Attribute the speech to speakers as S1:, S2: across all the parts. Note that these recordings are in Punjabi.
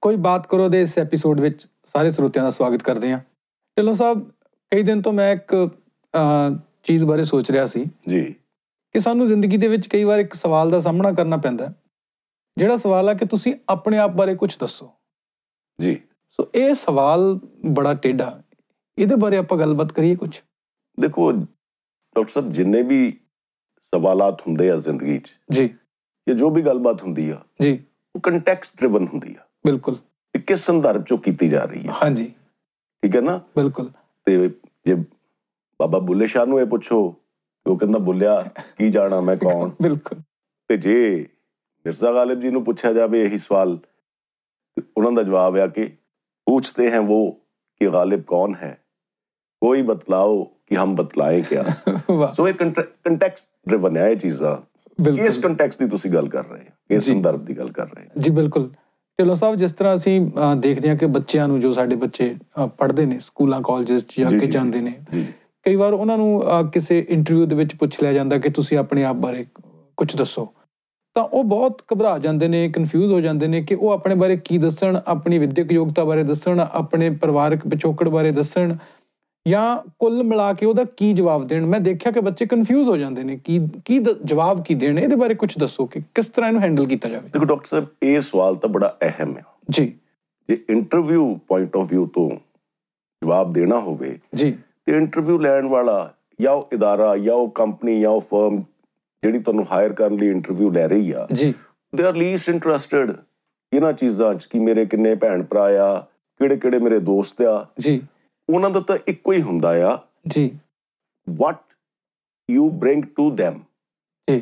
S1: ਕੋਈ ਬਾਤ ਕਰੋ ਦੇ ਇਸ ਐਪੀਸੋਡ ਵਿੱਚ ਸਾਰੇ ਸਰੋਤਿਆਂ ਦਾ ਸਵਾਗਤ ਕਰਦੇ ਹਾਂ ਢਿੱਲੋਂ ਸਾਹਿਬ ਕਈ ਦਿਨ ਤੋਂ ਮੈਂ ਇੱਕ ਅਹ, ਚੀਜ਼ ਬਾਰੇ ਸੋਚ ਰਿਹਾ ਸੀ
S2: ਜੀ
S1: ਕਿ ਸਾਨੂੰ ਜ਼ਿੰਦਗੀ ਦੇ ਵਿੱਚ ਕਈ ਵਾਰ ਇੱਕ ਸਵਾਲ ਦਾ ਸਾਹਮਣਾ ਕਰਨਾ ਪੈਂਦਾ ਹੈ ਜਿਹੜਾ ਸਵਾਲ ਆ ਕਿ ਤੁਸੀਂ ਆਪਣੇ ਆਪ ਬਾਰੇ ਕੁਝ ਦੱਸੋ
S2: ਜੀ
S1: ਸੋ ਇਹ ਸਵਾਲ ਬੜਾ ਟੇਢਾ ਇਹਦੇ ਬਾਰੇ ਆਪਾਂ ਗੱਲਬਾਤ ਕਰੀਏ ਕੁਝ
S2: ਦੇਖੋ ਡਾਕਟਰ ਸਾਹਿਬ ਜਿੰਨੇ ਵੀ ਸਵਾਲਾਤ ਹੁੰਦੇ ਆ ਜ਼ਿੰਦਗੀ 'ਚ
S1: ਜੀ
S2: ਜਾਂ ਜੋ ਵੀ ਗੱਲਬਾਤ ਹੁੰਦੀ ਆ
S1: ਜੀ
S2: ਉਹ ਕੰਟੈਕਸਟ ਡਰਿਵਨ ਹੁੰਦੀ ਆ
S1: ਬਿਲਕੁਲ
S2: ਕਿ ਕਿਸ ਸੰਦਰਭ 'ਚੋਂ ਕੀਤੀ ਜਾ ਰਹੀ ਆ
S1: ਹਾਂਜੀ
S2: ਠੀਕ ਹੈ ਨਾ
S1: ਬਿਲਕੁਲ
S2: ਤੇ ਜੇ ਬਾਬਾ ਬੁੱਲੇ ਸ਼ਾਹ ਨੂੰ ਇਹ ਪੁੱਛੋ ਤੇ ਉਹ ਕਹਿੰਦਾ ਬੁੱਲਿਆ ਕੀ ਜਾਣਾ ਮੈਂ ਕੌਣ
S1: ਬਿਲਕੁਲ
S2: ਤੇ ਜੇ ਮਿਰਜ਼ਾ ਗਾਲਿਬ ਜੀ ਨੂੰ ਪੁੱਛਿਆ ਜਾਵੇ ਇਹੀ ਸਵਾਲ ਤੇ ਉਹਨਾਂ ਦਾ ਜਵਾਬ ਆ ਕਿ ਪੁੱਛਤੇ ਹੈ ਉਹ ਕਿ ਗਾਲਿਬ ਕੌਣ ਹੈ ਕੋਈ ਬਤਲਾਓ ਕਿ ਹਮ ਬਤਲਾਏ ਕਿਆ
S1: ਵਾਹ
S2: ਸੋ ਇਹ ਕੰਟੈਕਸਟ ਡਰਿਵਨ ਹੈ ਇਹ ਚੀਜ਼ਾਂ ਇਸ
S1: ਬਿਲਕੁਲ
S2: ਕੰਟੈਕਸਟ ਦੀ ਤੁਸੀਂ ਗੱਲ ਕਰ ਰਹੇ ਹੋ ਇਸ
S1: ਜੀ।
S2: ਸੰਦਰਭ ਦੀ ਗੱਲ ਕਰ ਰਹੇ ਹੋ
S1: ਜੀ ਬਿਲਕੁਲ ਢਿੱਲੋਂ ਸਾਹਿਬ ਜਿਸ ਤਰ੍ਹਾਂ ਅਸੀਂ ਅਹ, ਦੇਖਦੇ ਹਾਂ ਕਿ ਬੱਚਿਆਂ ਨੂੰ ਜੋ ਸਾਡੇ ਬੱਚੇ ਅਹ, ਪੜ੍ਹਦੇ ਨੇ ਸਕੂਲਾਂ ਕਾਲਜਸ ਚ ਜਾ
S2: ਜੀ,
S1: ਕੇ
S2: ਜੀ,
S1: ਜਾਂਦੇ ਨੇ
S2: ਜੀ ਜੀ।
S1: ਕਈ ਵਾਰ ਉਹਨਾਂ ਨੂੰ ਅਹ, ਕਿਸੇ ਇੰਟਰਵਿਊ ਦੇ ਵਿੱਚ ਪੁੱਛ ਲਿਆ ਜਾਂਦਾ ਕਿ ਤੁਸੀਂ ਆਪਣੇ ਆਪ ਬਾਰੇ ਕੁਝ ਦੱਸੋ ਤਾਂ ਉਹ ਬਹੁਤ ਘਬਰਾ ਜਾਂਦੇ ਨੇ ਕਨਫਿਊਜ਼ ਹੋ ਜਾਂਦੇ ਨੇ ਕਿ ਉਹ ਆਪਣੇ ਬਾਰੇ ਕੀ ਦੱਸਣ ਆਪਣੀ ਵਿਦਿਅਕ ਯੋਗਤਾ ਬਾਰੇ ਦੱਸਣ ਆਪਣੇ ਪਰਿਵਾਰਕ ਪਿਛੋਕੜ ਬਾਰੇ ਦੱਸਣ ਜਾਂ ਕੁੱਲ ਮਿਲਾ ਕੇ ਉਹਦਾ ਕੀ ਜਵਾਬ ਦੇਣ ਮੈਂ ਦੇਖਿਆ ਕਿ ਬੱਚੇ ਕਨਫਿਊਜ਼ ਹੋ ਜਾਂਦੇ ਨੇ ਕੀ ਕੀ ਦ- ਜਵਾਬ ਕੀ ਦੇਣ ਇਹਦੇ ਬਾਰੇ ਕੁਝ ਦੱਸੋ ਕਿ ਕਿਸ ਤਰ੍ਹਾਂ ਇਹਨੂੰ ਹੈਂਡਲ ਕੀਤਾ ਜਾਵੇ
S2: ਦੇਖੋ ਡਾਕਟਰ ਸਾਹਿਬ ਇਹ ਸਵਾਲ ਤਾਂ ਬੜਾ ਅਹਿਮ ਹੈ
S1: ਜੀ
S2: ਜੇ ਇੰਟਰਵਿਊ ਪੁਆਇੰਟ ਆਫ View ਤੋਂ ਜਵਾਬ ਦੇਣਾ ਹੋਵੇ
S1: ਜੀ
S2: ਤੇ ਇੰਟਰਵਿਊ ਲੈਣ ਵਾਲਾ ਜਾਂ ਉਹ ਇਦਾਰਾ ਜਾਂ ਉਹ ਕੰਪਨੀ ਜਾਂ ਉਹ ਫਰਮ ਜਿਹੜੀ ਤੁਹਾਨੂੰ ਹਾਇਰ ਕਰਨ ਲਈ ਇੰਟਰਵਿਊ ਲੈ ਰਹੀ ਆ
S1: ਜੀ
S2: ਦੇ ਆਰ ਲੀਸਟ ਇੰਟਰਸਟਿਡ ਇਹਨਾਂ ਚੀਜ਼ਾਂ 'ਚ ਕਿ ਮੇਰੇ ਕਿੰਨੇ ਭੈਣ ਭਰਾ ਆ ਕਿਹੜੇ ਕਿਹੜੇ ਮੇਰੇ ਦੋਸਤ ਆ
S1: ਜੀ
S2: ਉਹਨਾਂ ਦਾ ਤਾਂ ਇੱਕੋ ਹੀ ਹੁੰਦਾ ਆ
S1: ਜੀ
S2: what you bring to them
S1: ਜੀ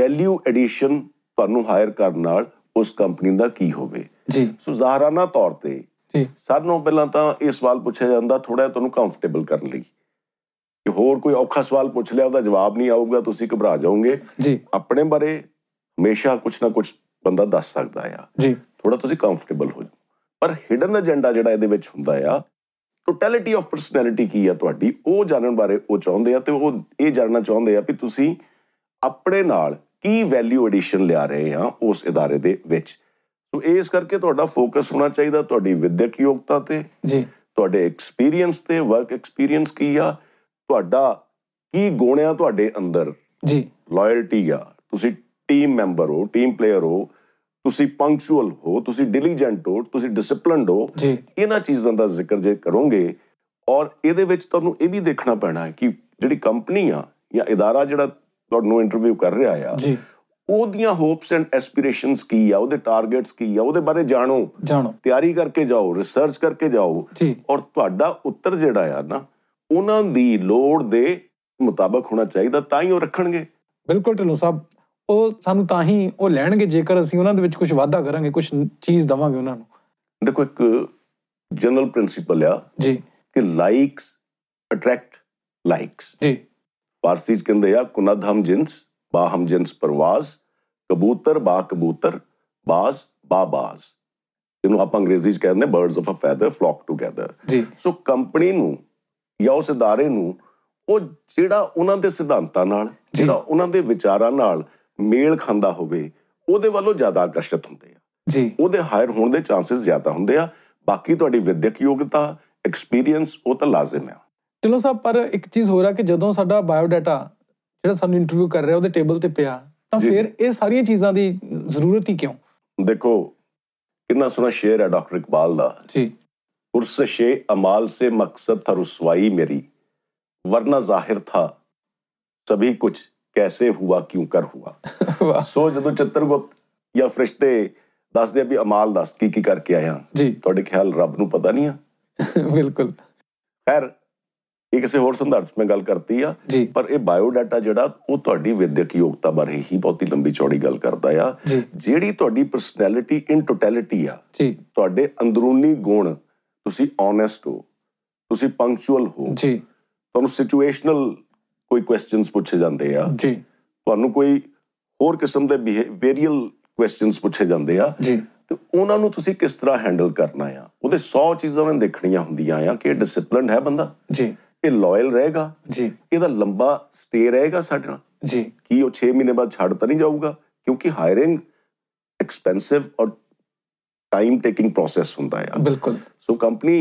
S2: value addition ਤੁਹਾਨੂੰ ਹਾਇਰ ਕਰਨ ਨਾਲ ਉਸ ਕੰਪਨੀ ਦਾ ਕੀ ਹੋਵੇ
S1: ਜੀ
S2: ਸੋ ਜ਼ਾਹਰਾਨਾ ਤੌਰ ਤੇ
S1: ਜੀ
S2: ਸਭ ਨੂੰ ਪਹਿਲਾਂ ਤਾਂ ਇਹ ਸਵਾਲ ਪੁੱਛਿਆ ਜਾਂਦਾ ਥੋੜਾ ਤੁਹਾਨੂੰ ਕੰਫਰਟੇਬਲ ਕਰਨ ਲਈ ਕਿ ਹੋਰ ਕੋਈ ਔਖਾ ਸਵਾਲ ਪੁੱਛ ਲਿਆ ਉਹਦਾ ਜਵਾਬ ਨਹੀਂ ਆਊਗਾ ਤੁਸੀਂ ਘਬਰਾ ਜਾਓਗੇ
S1: ਜੀ
S2: ਆਪਣੇ ਬਾਰੇ ਹਮੇਸ਼ਾ ਕੁਝ ਨਾ ਕੁਝ ਬੰਦਾ ਦੱਸ ਸਕਦਾ ਆ
S1: ਜੀ
S2: ਥੋੜਾ ਤੁਸੀਂ ਕੰਫਰਟੇਬਲ ਹੋ ਜਾਓ ਪਰ ਹਿਡਨ ਏਜੰਡਾ ਜਿਹੜਾ ਇਹਦੇ ਵਿੱਚ ਹੁੰਦਾ ਆ ਟੋਟੈਲਿਟੀ ਆਫ ਪਰਸਨੈਲਿਟੀ ਕੀ ਆ ਤੁਹਾਡੀ ਉਹ ਜਾਣਨ ਬਾਰੇ ਉਹ ਚਾਹੁੰਦੇ ਆ ਤੇ ਉਹ ਇਹ ਜਾਣਨਾ ਚਾਹੁੰਦੇ ਆ ਵੀ ਤੁਸੀਂ ਆਪਣੇ ਨਾਲ ਕੀ ਵੈਲਿਊ ਐਡੀਸ਼ਨ ਲਿਆ ਰਹੇ ਆ ਉਸ ادارੇ ਦੇ ਵਿੱਚ ਸੋ ਇਸ ਕਰਕੇ ਤੁਹਾਡਾ ਫੋਕਸ ਹੋਣਾ ਚਾਹੀਦਾ ਤੁਹਾਡੀ ਵਿਦਿਅਕ ਯੋਗਤਾ ਤੇ
S1: ਜੀ
S2: ਤੁਹਾਡੇ ਐਕਸਪੀਰੀਅੰਸ ਤੇ ਵਰਕ ਐਕਸਪੀਰੀਅੰਸ ਕੀ ਆ ਤੁਹਾਡਾ ਕੀ ਗੁਣ ਆ ਤੁਹਾਡੇ ਅੰਦਰ
S1: ਜੀ
S2: ਲਾਇਲਟੀ ਆ ਤੁਸੀਂ ਟੀਮ ਮੈਂਬਰ ਹੋ ਟੀਮ ਪਲੇਅਰ ਹੋ ਤੁਸੀਂ ਪੰਕਚੁਅਲ ਹੋ ਤੁਸੀਂ ਡਿਲੀਜੈਂਟ ਹੋ ਤੁਸੀਂ ਡਿਸਪਲਿਨਡ ਹੋ
S1: ਜੀ
S2: ਇਹਨਾਂ ਚੀਜ਼ਾਂ ਦਾ ਜ਼ਿਕਰ ਜੇ ਕਰੋਗੇ ਔਰ ਇਹਦੇ ਵਿੱਚ ਤੁਹਾਨੂੰ ਇਹ ਵੀ ਦੇਖਣਾ ਪੈਣਾ ਹੈ ਕਿ ਜਿਹੜੀ ਕੰਪਨੀ ਆ ਜਾਂ ਇਦਾਰਾ ਜਿਹੜਾ ਤੁਹਾਨੂੰ ਇੰਟਰਵਿਊ ਕਰ ਰਿਹਾ ਆ
S1: ਜੀ
S2: ਉਹਦੀਆਂ ਹੋਪਸ ਐਂਡ ਐਸਪੀਰੇਸ਼ਨਸ ਕੀ ਆ ਉਹਦੇ ਟਾਰਗੇਟਸ ਕੀ ਆ ਉਹਦੇ ਬਾਰੇ ਜਾਣੋ
S1: ਜਾਣੋ
S2: ਤਿਆਰੀ ਕਰਕੇ ਜਾਓ ਰਿਸਰਚ ਕਰਕੇ ਜਾਓ
S1: ਜੀ
S2: ਔਰ ਤੁਹਾਡਾ ਉੱਤਰ ਜਿਹੜਾ ਆ ਨਾ ਉਹਨਾਂ ਦੀ ਲੋੜ ਦੇ ਮੁਤਾਬਕ ਹੋਣਾ ਚਾਹੀਦਾ ਤਾਂ ਹੀ ਉਹ ਰੱਖਣਗੇ
S1: ਬਿਲਕੁਲ ਢਿੱਲੋਂ ਸਾਹਿਬ ਉਹ ਸਾਨੂੰ ਤਾਂ ਹੀ ਉਹ ਲੈਣਗੇ ਜੇਕਰ ਅਸੀਂ ਉਹਨਾਂ ਦੇ ਵਿੱਚ ਕੁਝ ਵਾਧਾ ਕਰਾਂਗੇ ਕੁਝ ਚੀਜ਼ ਦਵਾਂਗੇ ਉਹਨਾਂ ਨੂੰ
S2: ਦੇਖੋ ਇੱਕ ਜਨਰਲ ਪ੍ਰਿੰਸੀਪਲ ਆ
S1: ਜੀ
S2: ਕਿ ਲਾਈਕਸ ਅਟਰੈਕਟ ਲਾਈਕਸ
S1: ਜੀ
S2: ਫਾਰਸੀ ਚ ਕਹਿੰਦੇ ਆ ਕੁਨਦ ਹਮ ਜਿੰਸ ਬਾ ਹਮ ਜਿੰਸ ਪਰਵਾਜ਼ ਕਬੂਤਰ ਬਾ ਕਬੂਤਰ ਬਾਜ਼ ਬਾ ਬਾਜ਼ ਇਹਨੂੰ ਆਪਾਂ ਅੰਗਰੇਜ਼ੀ ਚ ਕਹਿੰਦੇ birds of a feather flock together
S1: ਜੀ
S2: ਸੋ ਕੰਪਨੀ ਨੂੰ ਜਾਂ ਉਸ ادارے ਨੂੰ ਉਹ ਜਿਹੜਾ ਉਹਨਾਂ ਦੇ ਸਿਧਾਂਤਾਂ ਨਾਲ ਜਿਹੜਾ ਉਹਨਾਂ ਦੇ ਵਿਚਾਰਾਂ ਨਾਲ ਮੇਲ ਖਾਂਦਾ ਹੋਵੇ ਉਹਦੇ ਵੱਲੋਂ ਜ਼ਿਆਦਾ ਆਕਰਸ਼ਿਤ ਹੁੰਦੇ ਆ
S1: ਜੀ
S2: ਉਹਦੇ ਹਾਇਰ ਹੋਣ ਦੇ ਚਾਂਸਸ ਜ਼ਿਆਦਾ ਹੁੰਦੇ ਆ ਬਾਕੀ ਤੁਹਾਡੀ ਵਿਦਿਅਕ ਯੋਗਤਾ ਐਕਸਪੀਰੀਅੰਸ ਉਹ ਤਾਂ ਲਾਜ਼ਮ ਆ
S1: ਢਿੱਲੋਂ ਸਾਹਿਬ ਪਰ ਇੱਕ ਚੀਜ਼ ਹੋਰ ਆ ਕਿ ਜਦੋਂ ਸਾਡਾ ਬਾਇਓਡਾਟਾ ਜਿਹੜਾ ਸਾਨੂੰ ਇੰਟਰਵਿਊ ਕਰ ਰਿਹਾ ਉਹਦੇ ਟੇਬਲ ਤੇ ਪਿਆ ਤਾਂ
S2: ਜੀ।
S1: ਫਿਰ ਇਹ ਸਾਰੀਆਂ ਚੀਜ਼ਾਂ ਦੀ ਜ਼ਰੂਰਤ ਹੀ ਕਿਉਂ
S2: ਦੇਖੋ ਕਿੰਨਾ ਸੋਹਣਾ ਸ਼ੇਰ ਹੈ ਡਾਕਟਰ ਇਕਬਾਲ ਦਾ
S1: ਜੀ
S2: ਉਰਸਸ਼ੇ ਅਮਾਲ ਸੇ ਮਕਸਦ ਥਾ ਰਸਵਾਈ ਮੇਰੀ ਵਰਨਾ ਜ਼ਾਹਿਰ ਥਾ ਸਭੀ ਕੁਝ ਕੈਸੇ ਹੁਆ ਕਿਉਂ ਕਰ ਹੁਆ
S1: ਵਾਹ
S2: ਸੋ ਜਦੋਂ ਚਿੱਤਰਗੁਪਤ ਜਾਂ ਫਰਿਸ਼ਤੇ ਦੱਸਦੇ ਆ ਵੀ ਅਮਾਲ ਦੱਸ ਕੀ ਕੀ ਕਰਕੇ ਆਇਆ
S1: ਜੀ
S2: ਤੁਹਾਡੇ ਖਿਆਲ ਰੱਬ ਨੂੰ ਪਤਾ ਨਹੀਂ ਆ
S1: ਬਿਲਕੁਲ
S2: ਖੈਰ ਇਹ ਕਿਸੇ ਹੋਰ ਸੰਦਰਭ 'ਚ ਮੈਂ ਗੱਲ ਕਰਤੀ ਆ
S1: ਜੀ
S2: ਪਰ ਇਹ ਬਾਇਓਡਾਟਾ ਜਿਹੜਾ ਉਹ ਤੁਹਾਡੀ ਵਿਦਿਅਕ ਯੋਗਤਾ ਬਾਰੇ ਹੀ ਬਹੁਤੀ ਲੰਬੀ ਚੌੜੀ ਗੱਲ ਕਰਦਾ ਆ
S1: ਜੀ
S2: ਜਿਹੜੀ ਤੁਹਾਡੀ ਪਰਸਨੈਲਿਟੀ ਇਨ ਟੋਟੈਲਿਟੀ ਆ
S1: ਜੀ
S2: ਤੁਹਾਡੇ ਅੰਦਰੂਨੀ ਗੁਣ ਤੁਸੀਂ ਓਨੈਸਟ ਹੋ ਤੁਸੀਂ ਪੰਕਚੁਅਲ ਹੋ
S1: ਜੀ
S2: ਤੁਹਾਨੂੰ ਸਿਚੁਏਸ਼ਨਲ ਕੋਈ ਕੁਐਸਚਨਸ ਪੁੱਛੇ ਜਾਂਦੇ ਆ
S1: ਜੀ
S2: ਤੁਹਾਨੂੰ ਕੋਈ ਹੋਰ ਕਿਸਮ ਦੇ ਵੇਰੀਅਲ ਕੁਐਸਚਨਸ ਪੁੱਛੇ ਜਾਂਦੇ ਆ
S1: ਜੀ
S2: ਤੇ ਉਹਨਾਂ ਨੂੰ ਤੁਸੀਂ ਕਿਸ ਤਰ੍ਹਾਂ ਹੈਂਡਲ ਕਰਨਾ ਆ ਉਹਦੇ 100 ਚੀਜ਼ਾਂ ਉਹਨਾਂ ਨੇ ਦੇਖਣੀਆਂ ਹੁੰਦੀਆਂ ਆ ਕਿ ਡਿਸਪਲਿਨਡ ਹੈ ਬੰਦਾ
S1: ਜੀ
S2: ਇਹ ਲਾਇਲ ਰਹੇਗਾ
S1: ਜੀ
S2: ਇਹਦਾ ਲੰਬਾ ਸਟੇ ਰਹੇਗਾ ਸਾਡੇ ਨਾਲ
S1: ਜੀ
S2: ਕੀ ਉਹ 6 ਮਹੀਨੇ ਬਾਅਦ ਛੱਡ ਤਾਂ ਨਹੀਂ ਜਾਊਗਾ ਕਿਉਂਕਿ ਹਾਇਰਿੰਗ ਐਕਸਪੈਂਸਿਵ ਔਰ ਟਾਈਮ ਟੇਕਿੰਗ ਪ੍ਰੋਸੈਸ ਹੁੰਦਾ ਆ
S1: ਬਿਲਕੁਲ
S2: ਸੋ ਕੰਪਨੀ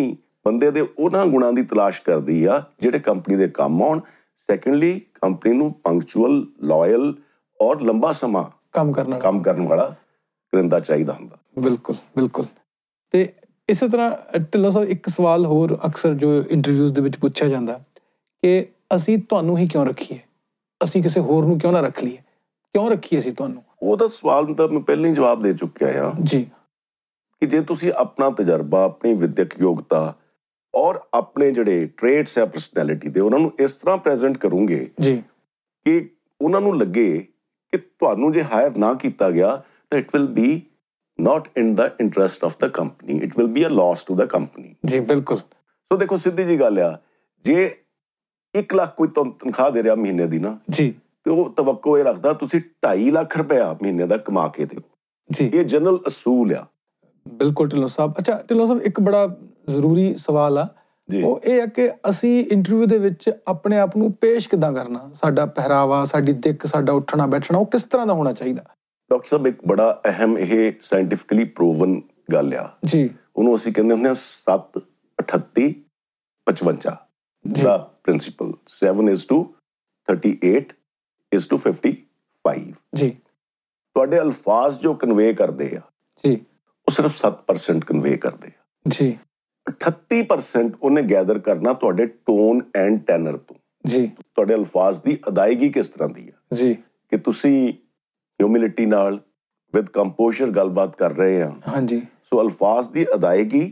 S2: ਬੰਦੇ ਦੇ ਉਹਨਾਂ ਗੁਣਾਂ ਦੀ ਤਲਾਸ਼ ਕਰਦੀ ਆ ਜਿਹੜੇ ਕੰਪਨੀ ਦੇ ਕੰਮ ਆਉਣ ਸੈਕੰਡਲੀ ਕੰਪਨੀ ਨੂੰ ਪੰਕਚੁਅਲ ਲਾਇਲ ਔਰ ਲੰਬਾ ਸਮਾਂ
S1: ਕੰਮ ਕਰਨਾ
S2: ਕੰਮ ਕਰਨ ਵਾਲਾ ਕਰਿੰਦਾ ਚਾਹੀਦਾ ਹੁੰਦਾ
S1: ਬਿਲਕੁਲ ਬਿਲਕੁਲ ਤੇ ਇਸੇ ਤਰ੍ਹਾਂ ਅ, ਢਿੱਲੋਂ ਸਾਹਿਬ ਇੱਕ ਸਵਾਲ ਹੋਰ ਅਕਸਰ ਜੋ ਇੰਟਰਵਿਊਜ਼ ਦੇ ਵਿੱਚ ਪੁੱਛਿਆ ਜਾਂਦਾ ਕਿ ਅਸੀਂ ਤੁਹਾਨੂੰ ਹੀ ਕਿਉਂ ਰੱਖੀਏ ਅਸੀਂ ਕਿਸੇ ਹੋਰ ਨੂੰ ਕਿਉਂ ਨਾ ਰੱਖ ਲਈਏ ਕਿਉਂ ਰੱਖੀਏ ਅਸੀਂ ਤੁਹਾਨੂੰ
S2: ਉਹਦਾ ਸਵਾਲ ਤਾਂ ਮੈਂ ਪਹਿਲਾਂ ਹੀ ਜਵਾਬ ਦੇ ਚੁੱਕਿਆ ਆ
S1: ਜੀ
S2: ਕਿ ਜੇ ਤੁਸੀਂ ਆਪਣਾ ਤਜਰਬਾ ਆਪਣੀ ਵਿਦਿਅਕ ਯੋਗਤਾ ਔਰ ਆਪਣੇ ਜਿਹੜੇ ਟ੍ਰੇਟਸ ਆ ਪਰਸਨੈਲਿਟੀ ਦੇ ਉਹਨਾਂ ਨੂੰ ਇਸ ਤਰ੍ਹਾਂ ਪ੍ਰੈਜ਼ੈਂਟ ਕਰੋਗੇ
S1: ਜੀ
S2: ਕਿ ਉਹਨਾਂ ਨੂੰ ਲੱਗੇ ਕਿ ਤੁਹਾਨੂੰ ਜੇ ਹਾਇਰ ਨਾ ਕੀਤਾ ਗਿਆ ਤਾਂ it will be not in the interest of the company it will be a loss to the company
S1: ਜੀ ਬਿਲਕੁਲ
S2: ਸੋ ਦੇਖੋ ਸਿੱਧੀ ਜੀ ਗੱਲ ਆ ਜੇ 1 ਲੱਖ ਕੋਈ ਤੁਹਾਨੂੰ ਤਨਖਾਹ ਦੇ ਰਿਹਾ ਮਹੀਨੇ ਦੀ ਨਾ
S1: ਜੀ
S2: ਤੇ ਉਹ ਤਵੱਕੋ ਇਹ ਰੱਖਦਾ ਤੁਸੀਂ 2.5 ਲੱਖ ਰੁਪਇਆ ਮਹੀਨੇ ਦਾ ਕਮਾ ਕੇ ਦਿਓ
S1: ਜੀ
S2: ਇਹ ਜਨਰਲ ਅਸੂਲ ਆ
S1: ਬਿਲਕੁਲ ਢਿੱਲੋਂ ਸਾਹਿਬ ਅੱਛਾ ਢਿੱਲੋਂ ਸਾਹਿਬ ਇੱਕ ਬੜਾ ਜ਼ਰੂਰੀ ਸਵਾਲ ਆ
S2: ਜੀ
S1: ਉਹ ਇਹ ਆ ਕਿ ਅਸੀਂ ਇੰਟਰਵਿਊ ਦੇ ਵਿੱਚ ਆਪਣੇ ਆਪ ਨੂੰ ਪੇਸ਼ ਕਿਦਾਂ ਕਰਨਾ ਸਾਡਾ ਪਹਿਰਾਵਾ ਸਾਡੀ ਦਿੱਖ ਸਾਡਾ ਉੱਠਣਾ ਬੈਠਣਾ ਉਹ ਕਿਸ ਤਰ੍ਹਾਂ ਦਾ ਹੋਣਾ ਚਾਹੀਦਾ
S2: ਡਾਕਟਰ ਸਾਹਿਬ ਇੱਕ ਬੜਾ ਅਹਿਮ ਇਹ ਸਾਇੰਟੀਫਿਕਲੀ ਪ੍ਰੂਵਨ ਗੱਲ ਆ
S1: ਜੀ
S2: ਉਹਨੂੰ ਅਸੀਂ ਕਹਿੰਦੇ ਹੁੰਦੇ ਆ 7 38 55
S1: ਜੀ
S2: ਦਾ principle 7 is to 38 is to 55
S1: ਜੀ
S2: ਤੁਹਾਡੇ ਅਲਫਾਜ਼ ਜੋ ਕਨਵੇ ਕਰਦੇ ਆ
S1: ਜੀ
S2: ਉਹ ਸਿਰਫ 7% ਕਨਵੇ ਕਰਦੇ ਆ
S1: ਜੀ
S2: 38% ਉਹਨੇ ਗੈਦਰ ਕਰਨਾ ਤੁਹਾਡੇ ਟੋਨ ਐਂਡ ਟੈਨਰ ਤੋਂ
S1: ਜੀ
S2: ਤੁਹਾਡੇ ਅਲਫਾਜ਼ ਦੀ ਅਦਾਇਗੀ ਕਿਸ ਤਰ੍ਹਾਂ ਦੀ ਆ
S1: ਜੀ
S2: ਕਿ ਤੁਸੀਂ ਹਿਊਮਿਲਿਟੀ ਨਾਲ ਵਿਦ ਕੰਪੋਜ਼ਰ ਗੱਲਬਾਤ ਕਰ ਰਹੇ ਆ
S1: ਹਾਂਜੀ
S2: ਸੋ ਅਲਫਾਜ਼ ਦੀ ਅਦਾਇਗੀ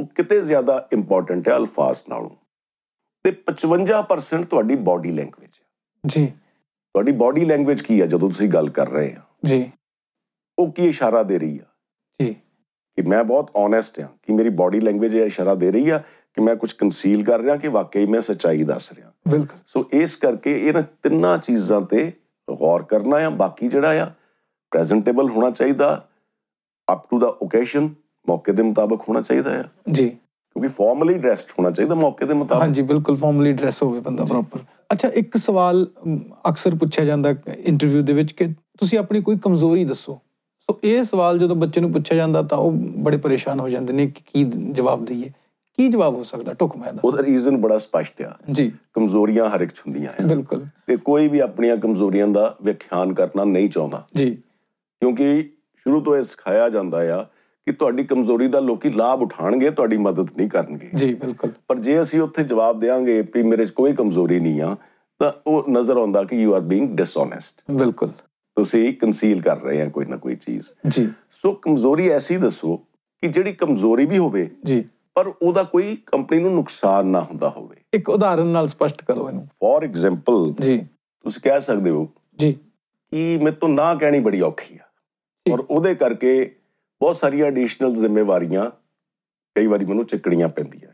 S2: ਉਹ ਕਿਤੇ ਜ਼ਿਆਦਾ ਇੰਪੋਰਟੈਂਟ ਹੈ ਅਲਫਾਜ਼ ਨਾਲੋਂ ਤੇ 55% ਤੁਹਾਡੀ ਬਾਡੀ ਲੈਂਗੁਏਜ ਹੈ
S1: ਜੀ
S2: ਤੁਹਾਡੀ ਬਾਡੀ ਲੈਂਗੁਏਜ ਕੀ ਹੈ ਜਦੋਂ ਤੁਸੀਂ ਗੱਲ ਕਰ ਰਹੇ ਆ
S1: ਜੀ
S2: ਉਹ ਕੀ ਇਸ਼ਾਰਾ ਦੇ ਰਹੀ ਆ
S1: ਜੀ
S2: ਕਿ ਮੈਂ ਬਹੁਤ ਓਨੈਸਟ ਹਾਂ ਕਿ ਮੇਰੀ ਬਾਡੀ ਲੈਂਗੁਏਜ ਇਹ ਇਸ਼ਾਰਾ ਦੇ ਰਹੀ ਆ ਕਿ ਮੈਂ ਕੁਝ ਕੰਸੀਲ ਕਰ ਰਿਹਾ ਕਿ ਵਾਕਈ ਮੈਂ ਸੱਚਾਈ ਦੱਸ ਰਿਹਾ
S1: ਬਿਲਕੁਲ
S2: ਸੋ ਇਸ ਕਰਕੇ ਇਹਨਾਂ ਤਿੰਨਾਂ ਚੀਜ਼ਾਂ ਤੇ ਗੌਰ ਕਰਨਾ ਆ ਬਾਕੀ ਜਿਹੜਾ ਆ ਪ੍ਰੈਜ਼ੈਂਟੇਬਲ ਹੋਣਾ ਚਾਹੀਦਾ ਅਪ ਟੂ ਦਾ ਓਕੇਸ਼ਨ ਮੌਕੇ ਦੇ ਮੁਤਾਬਕ ਹੋਣਾ ਚਾਹੀਦਾ ਆ
S1: ਜੀ
S2: ਕਿਉਂਕਿ ਫਾਰਮਲੀ ਡਰੈਸਡ ਹੋਣਾ ਚਾਹੀਦਾ ਮੌਕੇ ਦੇ ਮੁਤਾਬਕ
S1: ਹਾਂਜੀ ਬਿਲਕੁਲ ਫਾਰਮਲੀ ਡਰੈਸ ਹੋਵੇ ਬੰਦਾ ਪ੍ਰੋਪਰ ਅੱਛਾ ਇੱਕ ਸਵਾਲ ਅਮ, ਅਕਸਰ ਪੁੱਛਿਆ ਜਾਂਦਾ ਇੰਟਰਵਿਊ ਦੇ ਵਿੱਚ ਕਿ ਤੁਸੀਂ ਆਪਣੀ ਕੋਈ ਕਮਜ਼ੋਰੀ ਦੱਸੋ ਸੋ ਇਹ ਸਵਾਲ ਜਦੋਂ ਬੱਚੇ ਨੂੰ ਪੁੱਛਿਆ ਜਾਂਦਾ ਤਾਂ ਉਹ ਬੜੇ ਪਰੇਸ਼ਾਨ ਹੋ ਜਾਂਦੇ ਨੇ ਕਿ ਕੀ ਜਵਾਬ ਦਈਏ ਕੀ ਜਵਾਬ ਹੋ ਸਕਦਾ ਟੁਕਮੈ ਦਾ
S2: ਉਹਦਾ ਰੀਜ਼ਨ ਬੜਾ ਸਪਸ਼ਟ ਆ
S1: ਜੀ
S2: ਕਮਜ਼ੋਰੀਆਂ ਹਰ ਇੱਕ 'ਚ ਹੁੰਦੀਆਂ ਆ
S1: ਬਿਲਕੁਲ
S2: ਤੇ ਕੋਈ ਵੀ ਆਪਣੀਆਂ ਕਮਜ਼ੋਰੀਆਂ ਦਾ ਵਿਖਿਆਨ ਕਰਨਾ ਨਹੀਂ ਚਾਹੁੰਦਾ
S1: ਜੀ
S2: ਕਿਉਂਕਿ ਸ਼ੁਰੂ ਤੋਂ ਇਹ ਸਿਖਾਇਆ ਜਾਂਦਾ ਆ ਕਿ ਤੁਹਾਡੀ ਕਮਜ਼ੋਰੀ ਦਾ ਲੋਕੀ ਲਾਭ ਉਠਾਣਗੇ ਤੁਹਾਡੀ ਮਦਦ ਨਹੀਂ ਕਰਨਗੇ
S1: ਜੀ ਬਿਲਕੁਲ
S2: ਪਰ ਜੇ ਅਸੀਂ ਉੱਥੇ ਜਵਾਬ ਦੇਵਾਂਗੇ ਵੀ ਮੇਰੇ 'ਚ ਕੋਈ ਕਮਜ਼ੋਰੀ ਨਹੀਂ ਆ ਤਾਂ ਉਹ ਨਜ਼ਰ ਆਉਂਦਾ ਕਿ ਯੂ ਆਰ ਬੀਇੰਗ ਡਿਸਓਨੈਸਟ
S1: ਬਿਲਕੁਲ
S2: ਤੁਸੀਂ ਕੰਸੀਲ ਕਰ ਰਹੇ ਆ ਕੋਈ ਨਾ ਕੋਈ ਚੀਜ਼
S1: ਜੀ
S2: ਸੋ ਕਮਜ਼ੋਰੀ ਐਸੀ ਦੱਸੋ ਕਿ ਜਿਹੜੀ ਕਮਜ਼ੋਰੀ ਵੀ ਹੋਵੇ
S1: ਜੀ
S2: ਪਰ ਉਹਦਾ ਕੋਈ ਕੰਪਨੀ ਨੂੰ ਨੁਕਸਾਨ ਨਾ ਹੁੰਦਾ ਹੋਵੇ
S1: ਇੱਕ ਉਦਾਹਰਨ ਨਾਲ ਸਪਸ਼ਟ ਕਰੋ ਇਹਨੂੰ
S2: ਫੋਰ ਐਗਜ਼ਾਮਪਲ
S1: ਜੀ
S2: ਤੁਸੀਂ ਕਹਿ ਸਕਦੇ ਹੋ
S1: ਜੀ
S2: ਕਿ ਮੇਰੇ ਤੋਂ ਨਾ ਕਹਿਣੀ ਬੜੀ ਔਖੀ ਆ ਔਰ ਉਹਦੇ ਕਰਕੇ ਬਹੁਤ ਸਾਰੀਆਂ ਐਡੀਸ਼ਨਲ ਜ਼ਿੰਮੇਵਾਰੀਆਂ ਕਈ ਵਾਰੀ ਮੈਨੂੰ ਚੱਕਣੀਆਂ ਪੈਂਦੀਆਂ ਆ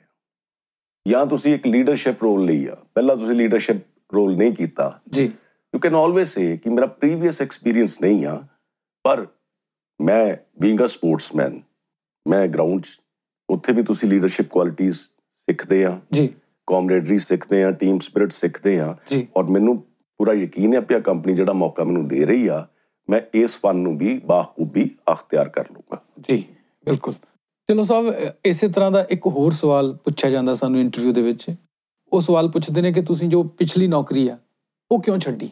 S2: ਜਾਂ ਤੁਸੀਂ ਇੱਕ ਲੀਡਰਸ਼ਿਪ ਰੋਲ ਲਈ ਆ ਪਹਿਲਾਂ ਤੁਸੀਂ ਲੀਡਰਸ਼ਿਪ ਰੋਲ ਨਹੀਂ ਕੀਤਾ
S1: ਜੀ
S2: ਯੂ ਕੈਨ ਆਲਵੇਸ ਸੇ ਕਿ ਮੇਰਾ ਪ੍ਰੀਵੀਅਸ ਐਕਸਪੀਰੀਅੰਸ ਨਹੀਂ ਆ ਪਰ ਮੈਂ ਬੀਇੰਗ ਅ ਸਪੋਰਟਸਮੈਨ ਮੈਂ ਗਰਾਊਂਡ 'ਚ ਉੱਥੇ ਵੀ ਤੁਸੀਂ ਲੀਡਰਸ਼ਿਪ ਕੁਆਲਿਟੀਆਂ ਸਿੱਖਦੇ ਆ
S1: ਜੀ
S2: ਕਾਮਰੇਡਰੀ ਸਿੱਖਦੇ ਆ ਟੀਮ ਸਪਿਰਿਟ ਸਿੱਖਦੇ ਆ
S1: ਜੀ
S2: ਔਰ ਮੈਨੂੰ ਪੂਰਾ ਯਕੀਨ ਹੈ ਪਿਆ ਕੰਪਨੀ ਜਿਹੜਾ ਮੌਕਾ ਮੈਨੂੰ ਦੇ ਰਹੀ ਆ ਮੈਂ ਇਸ ਫਨ ਨੂੰ ਵੀ ਬਾਖੂਬੀ ਅਖਤਿਆਰ ਕਰ ਲੂੰਗਾ
S1: ਜੀ ਬਿਲਕੁਲ ਚਲੋ ਸਾਹਿਬ ਅ, ਇਸੇ ਤਰ੍ਹਾਂ ਦਾ ਇੱਕ ਹੋਰ ਸਵਾਲ ਪੁੱਛਿਆ ਜਾਂਦਾ ਸਾਨੂੰ ਇੰਟਰਵਿਊ ਦੇ ਵਿੱਚ ਉਹ ਸਵਾਲ ਪੁੱਛਦੇ ਨੇ ਕਿ ਤੁਸੀਂ ਜੋ ਪਿਛਲੀ ਨੌਕਰੀ ਆ ਉਹ ਕਿਉਂ ਛੱਡੀ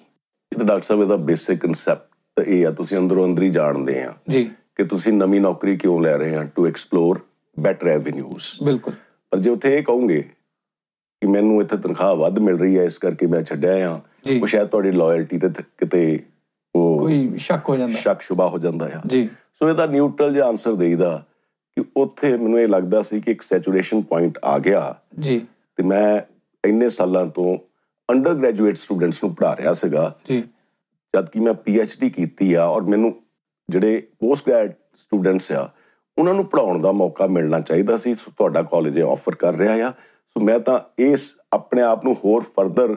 S2: ਇਹ ਤਾਂ ਡਾਕਟਰ ਸਾਹਿਬ ਇਹਦਾ ਬੇਸਿਕ ਕਨਸੈਪਟ ਇਹ ਆ ਤੁਸੀਂ ਅੰਦਰੋਂ ਅੰਦਰ ਹੀ ਜਾਣਦੇ ਆ
S1: ਜੀ
S2: ਕਿ ਤੁਸੀਂ ਨਵੀਂ ਨੌਕਰੀ ਕਿਉਂ ਲੈ ਰਹੇ ਆ ਟੂ ਐਕਸਪਲੋਰ ਬੈਟਰ ਐਵੇਨਿਊਜ਼
S1: ਬਿਲਕੁਲ
S2: ਪਰ ਜੇ ਉੱਥੇ ਇਹ ਕਹੋਗੇ ਕਿ ਮੈਨੂੰ ਇੱਥੇ ਤਨਖਾਹ ਵੱਧ ਮਿਲ ਰਹੀ ਹੈ ਇਸ ਕਰਕੇ ਮੈਂ ਛੱਡਿਆ ਆ
S1: ਜੀ
S2: ਉਹ ਸ਼ਾਇਦ ਤੁਹਾਡੀ ਲਾਇਲਟੀ ਤੇ th- ਕਿਤੇ ਉਹ
S1: ਕੋਈ ਸ਼ੱਕ ਹੋ ਜਾਂਦਾ
S2: ਸ਼ੱਕ ਸ਼ੁਬਾ ਹੋ ਜਾਂਦਾ ਆ
S1: ਜੀ
S2: ਸੋ ਇਹਦਾ ਨਿਊਟਰਲ ਜਿਹਾ ਆਨਸਰ ਦੇਈਦਾ ਕਿ ਉੱਥੇ ਮੈਨੂੰ ਇਹ ਲੱਗਦਾ ਸੀ ਕਿ ਇੱਕ ਸੈਚੂਰੇਸ਼ਨ ਪੁਆਇੰਟ ਆ ਗਿਆ
S1: ਜੀ
S2: ਤੇ ਮੈਂ ਇੰਨੇ ਸਾਲਾਂ ਤੋਂ ਅੰਡਰ ਗ੍ਰੈਜੂਏਟ ਸਟੂਡੈਂਟਸ ਨੂੰ ਪੜ੍ਹਾ ਰਿਹਾ ਸੀਗਾ
S1: ਜੀ
S2: ਜਦ ਕਿ ਮੈਂ ਡੀ ਕੀਤੀ ਆ ਔਰ ਮੈਨੂੰ ਜਿਹੜੇ ਪੋਸਟ ਗ੍ਰੈਡ ਸਟੂਡੈਂਟਸ ਆ ਉਹਨਾਂ ਨੂੰ ਪੜਾਉਣ ਦਾ ਮੌਕਾ ਮਿਲਣਾ ਚਾਹੀਦਾ ਸੀ ਸੋ ਤੁਹਾਡਾ ਕਾਲਜ ਇਹ ਆਫਰ ਕਰ ਰਿਹਾ ਆ ਸੋ ਮੈਂ ਤਾਂ ਇਸ ਆਪਣੇ ਆਪ ਨੂੰ ਹੋਰ ਫਰਦਰ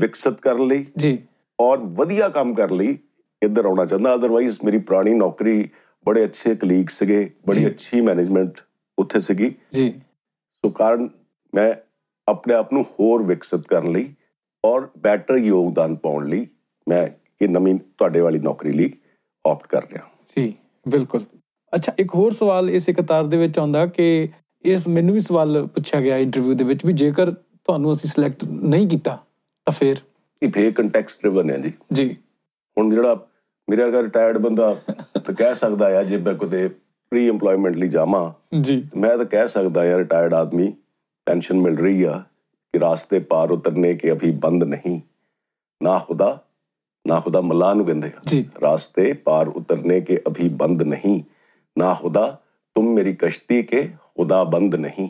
S2: ਵਿਕਸਿਤ ਕਰਨ ਲਈ
S1: ਜੀ
S2: ਔਰ ਵਧੀਆ ਕੰਮ ਕਰਨ ਲਈ ਇੱਧਰ ਆਉਣਾ ਚਾਹੁੰਦਾ ਅਦਰਵਾਈਜ਼ ਮੇਰੀ ਪੁਰਾਣੀ ਨੌਕਰੀ ਬੜੇ ਅੱਛੇ ਕਲੀਗ ਸੀਗੇ ਬੜੀ
S1: ਜੀ।
S2: ਅੱਛੀ ਮੈਨੇਜਮੈਂਟ ਉੱਥੇ ਸੀਗੀ
S1: ਜੀ
S2: ਸੋ ਕਾਰਨ ਮੈਂ ਆਪਣੇ ਆਪ ਨੂੰ ਹੋਰ ਵਿਕਸਿਤ ਕਰਨ ਲਈ ਔਰ ਬੈਟਰ ਯੋਗਦਾਨ ਪਾਉਣ ਲਈ ਮੈਂ ਇਹ ਨਵੀਂ ਤੁਹਾਡੇ ਵਾਲੀ ਨੌਕਰੀ ਲਈ ਆਪਟ ਕਰ ਰਿਹਾ
S1: ਜੀ ਬਿਲਕੁਲ ਅੱਛਾ ਇੱਕ ਹੋਰ ਸਵਾਲ ਇਸ ਇਕਤਾਰ ਦੇ ਵਿੱਚ ਆਉਂਦਾ ਕਿ ਇਸ ਮੈਨੂੰ ਵੀ ਸਵਾਲ ਪੁੱਛਿਆ ਗਿਆ ਇੰਟਰਵਿਊ ਦੇ ਵਿੱਚ ਵੀ ਜੇਕਰ ਤੁਹਾਨੂੰ ਅਸੀਂ ਸਿਲੈਕਟ ਨਹੀਂ ਕੀਤਾ ਤਾਂ ਫਿਰ
S2: ਇਹ ਫੇਰ ਕੰਟੈਕਸਟ ਡਿਵਨ ਹੈ ਜੀ
S1: ਜੀ
S2: ਹੁਣ ਜਿਹੜਾ ਮੇਰੇ ਵਰਗਾ ਰਿਟਾਇਰਡ ਬੰਦਾ ਤਾਂ ਕਹਿ ਸਕਦਾ ਆ ਜੇ ਮੈਂ ਕਿਤੇ ਪ੍ਰੀ ਏਮਪਲੋਇਮੈਂਟ ਲਈ ਜਾਵਾਂ
S1: ਜੀ
S2: ਮੈਂ ਤਾਂ ਕਹਿ ਸਕਦਾ ਯਾਰ ਰਿਟਾਇਰਡ ਆਦਮੀ ਪੈਨਸ਼ਨ ਮਿਲ ਰਹੀ ਆ ਕਿ ਰਾਸਤੇ ਪਾਰ ਉਤਰਨੇ ਕੇ ਅਭੀ ਬੰਦ ਨਹੀਂ ਨਾ ਖੁਦਾ ਨਾ ਖੁਦਾ ਮੱਲਾ ਨੂੰ ਕਹਿੰਦੇ ਆ
S1: ਜੀ
S2: रास्ते पार उतरने के अभी बंद नहीं ना खुदा तुम मेरी कश्ती के खुदा बंद नहीं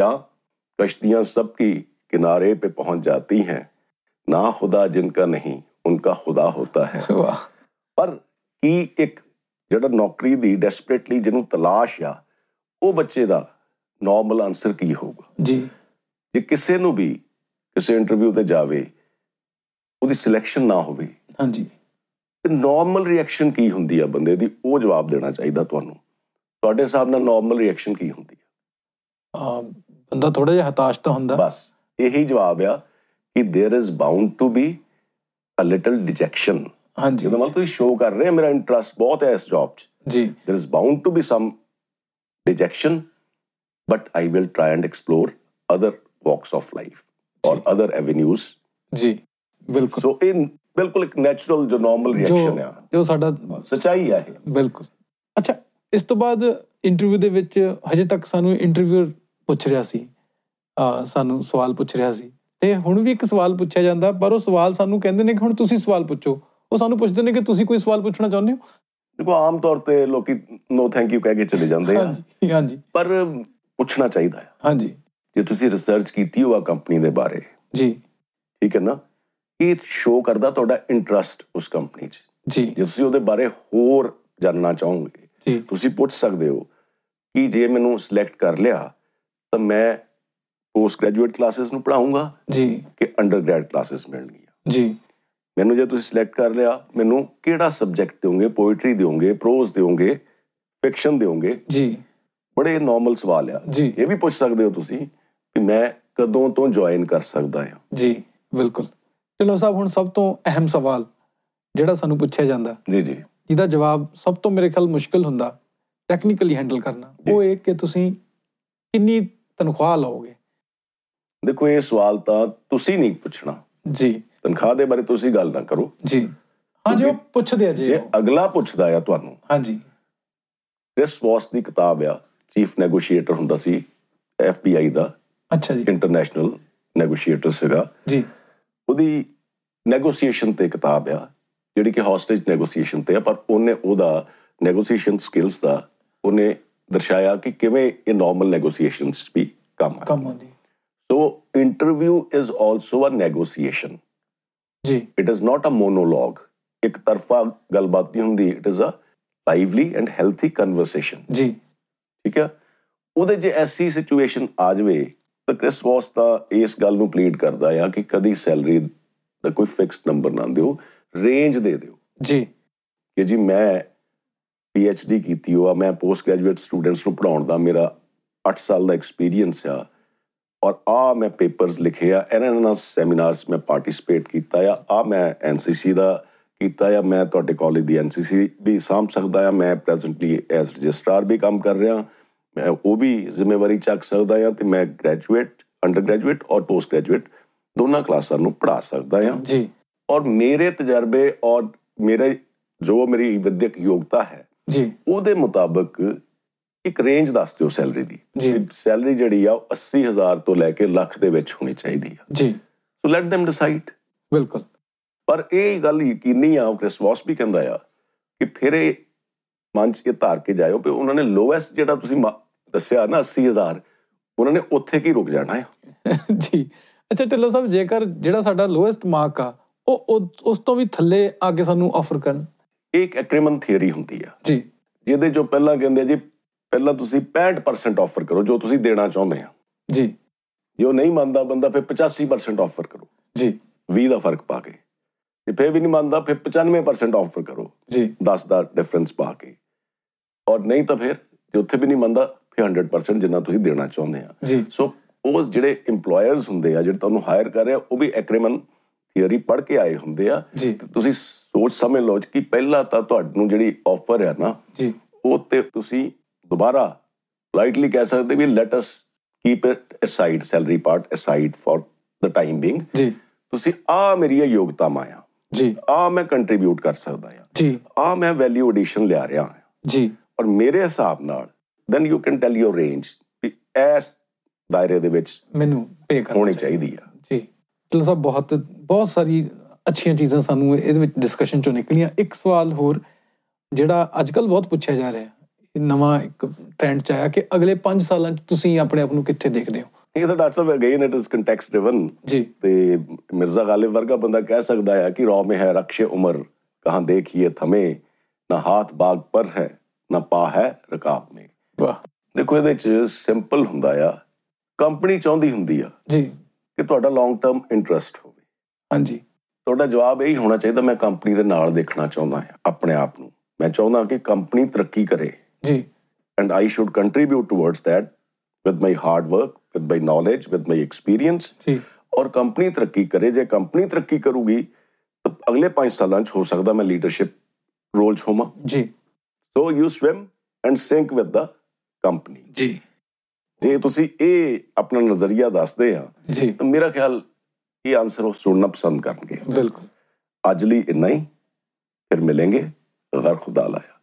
S2: या कश्तियां सबकी किनारे पे पहुंच जाती हैं ना खुदा जिनका नहीं उनका खुदा होता है
S1: ਵਾਹ
S2: ਪਰ ਕੀ ਇੱਕ ਜਿਹੜਾ ਨੌਕਰੀ ਦੀ ਡੈਸਪਰੇਟਲੀ ਜਿਹਨੂੰ ਤਲਾਸ਼ ਆ ਉਹ ਬੱਚੇ ਦਾ ਨਾਰਮਲ ਆਨਸਰ ਕੀ ਹੋਊਗਾ
S1: ਜੀ
S2: ਜੇ ਕਿਸੇ ਨੂੰ ਵੀ ਕਿਸੇ ਇੰਟਰਵਿਊ ਤੇ ਜਾਵੇ ਉਹਦੀ ਸਿਲੈਕਸ਼ਨ ਨਾ ਹੋਵੇ
S1: ਹਾਂਜੀ
S2: ਤੇ ਨਾਰਮਲ ਰਿਐਕਸ਼ਨ ਕੀ ਹੁੰਦੀ ਆ ਬੰਦੇ ਦੀ ਉਹ ਜਵਾਬ ਦੇਣਾ ਚਾਹੀਦਾ ਤੁਹਾਨੂੰ ਤੁਹਾਡੇ ਹਿਸਾਬ ਨਾਲ ਨਾਰਮਲ ਰਿਐਕਸ਼ਨ ਕੀ ਹੁੰਦੀ
S1: ਅਹ ਬੰਦਾ ਥੋੜਾ ਜਿਹਾ ਹਤਾਸ਼ ਤਾਂ
S2: ਆ
S1: ਹੁੰਦਾ
S2: ਬਸ ਇਹੀ ਜਵਾਬ ਆ ਕਿ there is bound to be a little dejection
S1: ਹਾਂਜੀ
S2: ਜਿਹਦਾ ਮਤਲਬ ਤੁਸੀਂ ਸ਼ੋਅ ਕਰ ਰਹੇ ਆ ਮੇਰਾ ਇੰਟਰਸਟ ਬਹੁਤ ਹੈ ਇਸ ਜੌਬ 'ਚ
S1: ਜੀ
S2: there is bound to be some dejection but I will try and explore other walks of life ਔਰ ਅਦਰ ਐਵੇਨਿਊਜ਼
S1: ਜੀ ਬਿਲਕੁਲ
S2: ਸੋ ਇਹ ਬਿਲਕੁਲ ਇੱਕ ਨੈਚੁਰਲ ਜੋ ਨਾਰਮਲ ਰਿਐਕਸ਼ਨ ਆ
S1: ਜੋ ਸਾਡਾ
S2: ਸਚਾਈ ਆ ਇਹ
S1: ਬਿਲਕੁਲ ਅੱਛਾ ਇਸ ਤੋਂ ਬਾਅਦ ਇੰਟਰਵਿਊ ਦੇ ਵਿੱਚ ਹਜੇ ਤੱਕ ਸਾਨੂੰ ਇੰਟਰਵਿਊਅਰ ਪੁੱਛ ਰਿਹਾ ਸੀ ਅਹ ਸਾਨੂੰ ਸਵਾਲ ਪੁੱਛ ਰਿਹਾ ਸੀ ਤੇ ਹੁਣ ਵੀ ਇੱਕ ਸਵਾਲ ਪੁੱਛਿਆ ਜਾਂਦਾ ਪਰ ਉਹ ਸਵਾਲ ਸਾਨੂੰ ਕਹਿੰਦੇ ਨੇ ਕਿ ਹੁਣ ਤੁਸੀਂ ਸਵਾਲ ਪੁੱਛੋ ਉਹ ਸਾਨੂੰ ਪੁੱਛਦੇ ਨੇ ਕਿ ਤੁਸੀਂ ਕੋਈ ਸਵਾਲ ਪੁੱਛਣਾ ਚਾਹੁੰਦੇ ਹੋ
S2: ਦੇਖੋ ਆਮ ਤੌਰ ਤੇ ਲੋਕੀ ਨੋ ਥੈਂਕ ਯੂ ਕਹਿ ਕੇ ਚਲੇ ਜਾਂਦੇ ਆ
S1: ਹਾਂਜੀ ਹਾਂਜੀ
S2: ਪਰ ਪੁੱਛਣਾ ਚਾਹੀਦਾ ਹੈ
S1: ਹਾਂਜੀ
S2: ਜੇ ਤੁਸੀਂ ਰਿਸਰਚ ਕੀਤੀ ਹੋਆ ਕੰਪਨੀ ਦੇ ਬਾਰੇ
S1: ਜੀ
S2: ਠੀਕ ਹੈ ਨਾ ਇਹ ਸ਼ੋਅ ਕਰਦਾ ਤੁਹਾਡਾ ਇੰਟਰਸਟ ਉਸ ਕੰਪਨੀ 'ਚ
S1: ਜੀ
S2: ਜੇ ਤੁਸੀਂ ਉਹਦੇ ਬਾਰੇ ਹੋਰ ਜਾਣਨਾ ਚਾਹੋਗੇ
S1: ਜੀ
S2: ਤੁਸੀਂ ਪੁੱਛ ਸਕਦੇ ਹੋ ਕਿ ਜੇ ਮੈਨੂੰ ਸਿਲੈਕਟ ਕਰ ਲਿਆ ਤਾਂ ਮੈਂ ਪੋਸਟ ਗ੍ਰੈਜੂਏਟ ਕਲਾਸਿਸ ਨੂੰ ਪੜਾਉਂਗਾ
S1: ਜੀ
S2: ਕਿ ਅੰਡਰਗ੍ਰੈਡ ਕਲਾਸਿਸ ਮਿਲਣਗੀਆਂ
S1: ਜੀ
S2: ਮੈਨੂੰ ਜੇ ਤੁਸੀਂ ਸਿਲੈਕਟ ਕਰ ਲਿਆ ਮੈਨੂੰ ਕਿਹੜਾ ਸਬਜੈਕਟ ਦਿਓਗੇ ਪੋਇਟਰੀ ਦਿਓਗੇ ਪ੍ਰੋਜ਼ ਦਿਓਗੇ ਫਿਕਸ਼ਨ ਦਿਓਗੇ
S1: ਜੀ
S2: ਬੜੇ ਨਾਰਮਲ ਸਵਾਲ ਆ
S1: ਜੀ
S2: ਇਹ ਵੀ ਪੁੱਛ ਸਕਦੇ ਹੋ ਤੁਸੀਂ ਕਿ ਮੈਂ ਕਦੋਂ ਤੋਂ ਜੁਆਇਨ ਕਰ ਸਕਦਾ ਹਾਂ
S1: ਜੀ ਬਿਲਕੁਲ ਚਲੋ ਸਾਹਿਬ ਹੁਣ ਸਭ ਤੋਂ ਅਹਿਮ ਸਵਾਲ ਜਿਹੜਾ ਸਾਨੂੰ ਪੁੱਛਿਆ ਜਾਂਦਾ
S2: ਜੀ ਜੀ
S1: ਜਿਹਦਾ ਜਵਾਬ ਸਭ ਤੋਂ ਮੇਰੇ ਖਿਆਲ ਮੁਸ਼ਕਲ ਹੁੰਦਾ ਟੈਕਨੀਕਲੀ ਹੈਂਡਲ ਕਰਨਾ ਉਹ ਇਹ ਕਿ ਤੁਸੀਂ ਕਿੰਨੀ ਤਨਖਾਹ ਲਓਗੇ
S2: ਦੇਖੋ ਇਹ ਸਵਾਲ ਤਾਂ ਤੁਸੀਂ ਨਹੀਂ ਪੁੱਛਣਾ
S1: ਜੀ
S2: ਤਨਖਾਹ ਦੇ ਬਾਰੇ ਤੁਸੀਂ ਗੱਲ ਨਾ ਕਰੋ
S1: ਜੀ ਹਾਂ ਜੀ ਉਹ ਪੁੱਛਦੇ ਆ ਜੀ
S2: ਜੇ
S1: ਉਹ।
S2: ਅਗਲਾ ਪੁੱਛਦਾ ਆ ਤੁਹਾਨੂੰ
S1: ਹਾਂਜੀ
S2: ਕ੍ਰਿਸ ਵਾਸ ਦੀ ਕਿਤਾਬ ਆ ਚੀਫ ਨੈਗੋਸ਼ੀਏਟਰ ਹੁੰਦਾ ਸੀ FBI ਦਾ
S1: ਅੱਛਾ ਜੀ
S2: ਇੰਟਰਨੈਸ਼ਨਲ ਨੈਗੋਸ਼ੀਏਟਰ ਸੀਗਾ
S1: ਜੀ
S2: ਉਹਦੀ ਨੈਗੋਸ਼ੀਏਸ਼ਨ ਤੇ ਕਿਤਾਬ ਆ ਜਿਹੜੀ ਕਿ ਹੌਸਟੇਜ ਨੈਗੋਸ਼ੀਏਸ਼ਨ ਤੇ ਆ ਪਰ ਉਹਨੇ ਉਹਦਾ ਨੈਗੋਸ਼ੀਏਸ਼ਨ ਸਕਿੱਲਸ ਦਾ ਉਹਨੇ ਦਰਸਾਇਆ ਕਿ ਕਿਵੇਂ ਇਹ ਨਾਰਮਲ ਨੈਗੋਸ਼ੀਏਸ਼ਨਸ ਵੀ ਕੰਮ ਆ
S1: ਕੰਮ ਹੁੰਦੀ
S2: So, interview is also a negotiation.
S1: ਜੀ
S2: It is not a monologue. ਇੱਕ ਤਰਫਾ ਗੱਲਬਾਤ ਨਹੀਂ ਹੁੰਦੀ it is a lively and healthy conversation
S1: ਜੀ
S2: ਠੀਕ ਹੈ ਉਹਦੇ ਜੇ ਐਸੀ ਸਿਚੁਏਸ਼ਨ ਆ ਜਵੇ ਤਾਂ ਕ੍ਰਿਸ ਵਾਸ ਤਾਂ ਇਸ ਗੱਲ ਨੂੰ ਪਲੀਡ ਕਰਦਾ ਆ ਕਿ ਕਦੀ ਸੈਲਰੀ ਦਾ ਕੋਈ ਫਿਕਸ ਨੰਬਰ ਨਾ ਦਿਓ ਰੇਂਜ ਦੇ ਦਿਓ
S1: ਜੀ
S2: ਕਿ ਜੀ ਮੈਂ ਡੀ ਕੀਤੀ ਹੋਆ ਮੈਂ ਪੋਸਟ ਗ੍ਰੈਜੂਏਟ ਸਟੂਡੈਂਟਸ ਨੂੰ ਪੜਾਉਣ ਦਾ ਮੇਰਾ 8 ਸਾਲ ਦਾ ਐਕਸਪੀਰੀਅੰਸ ਆ ਔਰ ਆ ਮੈਂ ਪੇਪਰਸ ਲਿਖੇ ਆ ਇਹਨਾਂ ਇਹਨਾਂ ਸੈਮੀਨਾਰਸ ਮੈਂ ਪਾਰਟਿਸਿਪੇਟ ਕੀਤਾ ਆ ਆ ਮੈਂ ਐਨਸੀਸੀ ਦਾ ਕੀਤਾ ਆ ਮੈਂ ਤੁਹਾਡੇ ਕਾਲਜ ਦੀ ਐਨਸੀਸੀ ਵੀ ਸਾਂਭ ਸਕਦਾ ਆ ਮੈਂ ਪ੍ਰੈਜ਼ੈਂਟਲੀ ਐਜ਼ ਰਜਿਸਟਰਾਰ ਵੀ ਕੰਮ ਕਰ ਰਿਹਾ ਮੈਂ ਉਹ ਵੀ ਜ਼ਿੰਮੇਵਾਰੀ ਚੱਕ ਸਕਦਾ ਆ ਤੇ ਮੈਂ ਗ੍ਰੈਜੂਏਟ ਅੰਡਰ ਗ੍ਰੈਜੂਏਟ ਔਰ ਪੋਸਟ ਗ੍ਰੈਜੂਏਟ ਦੋਨਾਂ ਕਲਾਸਾਂ ਨੂੰ ਪੜਾ ਸਕਦਾ ਆ
S1: ਜੀ
S2: ਔਰ ਮੇਰੇ ਤਜਰਬੇ ਔਰ ਮੇਰੇ ਜੋ ਮੇਰੀ ਵਿਦਿਅਕ ਯੋਗਤਾ ਹੈ
S1: ਜੀ
S2: ਉਹਦੇ ਮੁਤਾਬਕ ਇੱਕ ਰੇਂਜ ਦੱਸ ਦਿਓ ਸੈਲਰੀ ਦੀ
S1: ਜੀ।
S2: ਸੈਲਰੀ ਜਿਹੜੀ ਆ ਉਹ 80000 ਤੋਂ ਲੈ ਕੇ ਲੱਖ ਦੇ ਵਿੱਚ ਹੋਣੀ ਚਾਹੀਦੀ ਆ
S1: ਜੀ
S2: ਸੋ ਲੈਟ them ਡਿਸਾਈਡ
S1: ਬਿਲਕੁਲ
S2: ਪਰ ਇਹ ਗੱਲ ਯਕੀਨੀ ਆ ਉਹ ਕ੍ਰਿਸ ਵਾਸ ਵੀ ਕਹਿੰਦਾ ਆ ਕਿ ਫਿਰ ਇਹ ਮਨ 'ਚ ਇਹ ਧਾਰ ਕੇ ਜਾਇਓ ਕਿ ਉਹਨਾਂ ਨੇ ਲੋਐਸਟ ਜਿਹੜਾ ਤੁਸੀਂ ਮਾ- ਦੱਸਿਆ ਨਾ 80000 ਉਹਨਾਂ ਨੇ ਉੱਥੇ ਕੀ ਰੁਕ ਜਾਣਾ ਆ
S1: ਜੀ ਅੱਛਾ ਢਿੱਲੋਂ ਸਾਹਿਬ ਜੇਕਰ ਜਿਹੜਾ ਸਾਡਾ ਲੋਐਸਟ ਮਾਰਕ ਆ ਉਹ ਉਹ- ਉਸ ਤੋਂ ਵੀ ਥੱਲੇ ਆ ਕੇ ਸਾਨੂੰ ਆਫਰ ਕਰਨ
S2: ਇਹ ਇੱਕ ਐਕ੍ਰੀਮਨ ਥਿਅਰੀ ਹੁੰਦੀ ਆ
S1: ਜੀ
S2: ਜਿਹਦੇ ਚੋਂ ਪਹਿਲਾਂ ਕਹਿੰਦੇ ਆ ਜੀ ਪਹਿਲਾਂ ਤੁਸੀਂ 65% ਆਫਰ ਕਰੋ ਜੋ ਤੁਸੀਂ ਦੇਣਾ ਚਾਹੁੰਦੇ ਆ
S1: ਜੀ
S2: ਜੇ ਉਹ ਨਹੀਂ ਮੰਨਦਾ ਬੰਦਾ ਫਿਰ 85% ਆਫਰ ਕਰੋ
S1: ਜੀ
S2: 20 ਦਾ ਫਰਕ ਪਾ ਕੇ ਜੇ ਫਿਰ ਵੀ ਨਹੀਂ ਮੰਨਦਾ ਫਿਰ 95% ਆਫਰ ਕਰੋ
S1: ਜੀ
S2: 10 ਦਾ ਡਿਫਰੈਂਸ ਪਾ ਕੇ ਔਰ ਨਹੀਂ ਤਾਂ ਫਿਰ ਜੇ ਉੱਥੇ ਵੀ ਨਹੀਂ ਮੰਨਦਾ ਫਿਰ 100% ਜਿੰਨਾ ਤੁਸੀਂ ਦੇਣਾ ਚਾਹੁੰਦੇ ਆ
S1: ਜੀ
S2: ਸੋ ਉਹ ਜਿਹੜੇ ਏਮਪਲੋਇਰਸ ਹੁੰਦੇ ਆ ਜਿਹੜੇ ਤੁਹਾਨੂੰ ਹਾਇਰ ਕਰ ਰਹੇ ਆ ਉਹ ਵੀ ਐਕ੍ਰੀਮਨ ਥਿਅਰੀ ਪੜ੍ਹ ਕੇ ਆਏ ਹੁੰਦੇ ਆ
S1: ਜੀ
S2: ਤੇ ਤੁਸੀਂ ਸੋਚ ਸਮਝ ਲਓ ਕਿ ਪਹਿਲਾਂ ਤਾਂ ਤੁਹਾਨੂੰ ਜਿਹੜੀ ਆਫਰ ਹੈ ਨਾ
S1: ਜੀ
S2: ਉਹ ਤੇ ਤੁਸੀਂ ਦੁਬਾਰਾ ਲਾਈਟਲੀ ਕਹਿ ਸਕਦੇ ਵੀ let us keep it aside salary part aside for the time being
S1: ਜੀ
S2: ਤੁਸੀਂ ਆ ਮੇਰੀਆਂ ਯੋਗਤਾਵਾਂ ਆ
S1: ਜੀ
S2: ਆ ਮੈਂ ਕੰਟਰੀਬਿਊਟ ਕਰ ਸਕਦਾ ਆ
S1: ਜੀ
S2: ਆ ਮੈਂ ਵੈਲਿਊ ਐਡੀਸ਼ਨ ਲਿਆ ਰਿਹਾ ਹਾਂ
S1: ਜੀ
S2: ਔਰ ਮੇਰੇ ਹਿਸਾਬ ਨਾਲ then you can tell your range ਵੀ ਇਸ ਦਾਇਰੇ ਦੇ ਵਿੱਚ
S1: ਮੈਨੂੰ ਪੇ ਕਰ
S2: ਹੋਣੀ ਚਾਹੀਦੀ ਆ
S1: ਜੀ ਚਲੋ ਸਾਹਿਬ ਬਹੁਤ ਬਹੁਤ ਸਾਰੀ ਅੱਛੀਆਂ ਚੀਜ਼ਾਂ ਸਾਨੂੰ ਇਹਦੇ ਵਿੱਚ ਡਿਸਕਸ਼ਨ ਚੋਂ ਨਿਕਲੀਆਂ ਇੱਕ ਸਵਾਲ ਹੋਰ ਜਿਹੜਾ ਅੱਜਕੱਲ ਬਹੁਤ ਪੁੱਛਿਆ ਜਾ ਰਿਹਾ ਹੈ ਇਹ ਨਵਾਂ ਇੱਕ ਟ੍ਰੈਂਡ ਚ ਆਇਆ ਕਿ ਅਗਲੇ 5 ਸਾਲਾਂ ਚ ਤੁਸੀਂ ਆਪਣੇ ਆਪ ਨੂੰ ਕਿੱਥੇ ਦੇਖਦੇ ਹੋ
S2: ਇਹ ਤਾਂ ਡਾਕਟਰ ਸਾਹਿਬ again it is context driven
S1: ਜੀ
S2: ਤੇ ਮਿਰਜ਼ਾ ਗਾਲਿਬ ਵਰਗਾ ਬੰਦਾ ਕਹਿ ਸਕਦਾ ਹੈ ਕਿ ਰੌ ਮੇ ਹੈ ਰਕਸ਼ੇ ਉਮਰ ਕਹਾਂ ਦੇਖੀਏ ਥਮੇ ਨਾ ਹਾਥ ਬਾਗ ਪਰ ਹੈ ਨਾ ਪਾ ਹੈ ਰਕਾਬ ਮੇ
S1: ਵਾਹ
S2: ਦੇਖੋ ਇਹਦੇ ਚ ਸਿੰਪਲ ਹੁੰਦਾ ਆ ਕੰਪਨੀ ਚਾਹੁੰਦੀ ਹੁੰਦੀ ਆ
S1: ਜੀ
S2: ਕਿ ਤੁਹਾਡਾ ਲੌਂਗ ਟਰਮ ਇੰਟਰਸਟ ਹੋਵੇ
S1: ਹਾਂਜੀ
S2: ਤੁਹਾਡਾ ਜਵਾਬ ਇਹ ਹੀ ਹੋਣਾ ਚਾਹੀਦਾ ਮੈਂ ਕੰਪਨੀ ਦੇ ਨਾਲ ਦੇਖਣਾ ਚਾਹੁੰਦਾ ਹਾਂ ਆਪਣੇ ਆਪ ਨੂੰ ਮੈਂ ਚਾਹੁੰਦਾ ਕਿ ਕੰਪਨੀ ਤਰੱਕੀ ਕਰੇ
S1: ਜੀ
S2: and I should contribute towards that with my hard work, with my knowledge, with my experience.
S1: ਜੀ
S2: ਔਰ ਕੰਪਨੀ ਤਰੱਕੀ ਕਰੇ ਜੇ ਕੰਪਨੀ ਤਰੱਕੀ ਕਰੂਗੀ ਤਾਂ ਅਗਲੇ 5 ਸਾਲਾਂ 'ਚ ਹੋ ਸਕਦਾ ਮੈਂ ਲੀਡਰਸ਼ਿਪ ਰੋਲ 'ਚ ਹੋਵਾਂ
S1: ਜੀ
S2: so you swim and sink with the company
S1: ਜੀ
S2: ਜੇ ਤੁਸੀਂ ਇਹ ਆਪਣਾ ਨਜ਼ਰੀਆ ਦੱਸਦੇ ਆ
S1: ਜੀ
S2: ਤਾਂ ਮੇਰਾ ਖਿਆਲ ਇਹ ਆਨਸਰ ਉਹ ਸੁਣਨਾ ਪਸੰਦ ਕਰਨਗੇ
S1: ਬਿਲਕੁਲ
S2: ਅੱਜ ਲਈ ਇੰਨਾ ਹੀ ਫਿਰ ਮਿਲਾਂਗੇ ਗਰ ਖੁਦਾ ਲਾਇਆ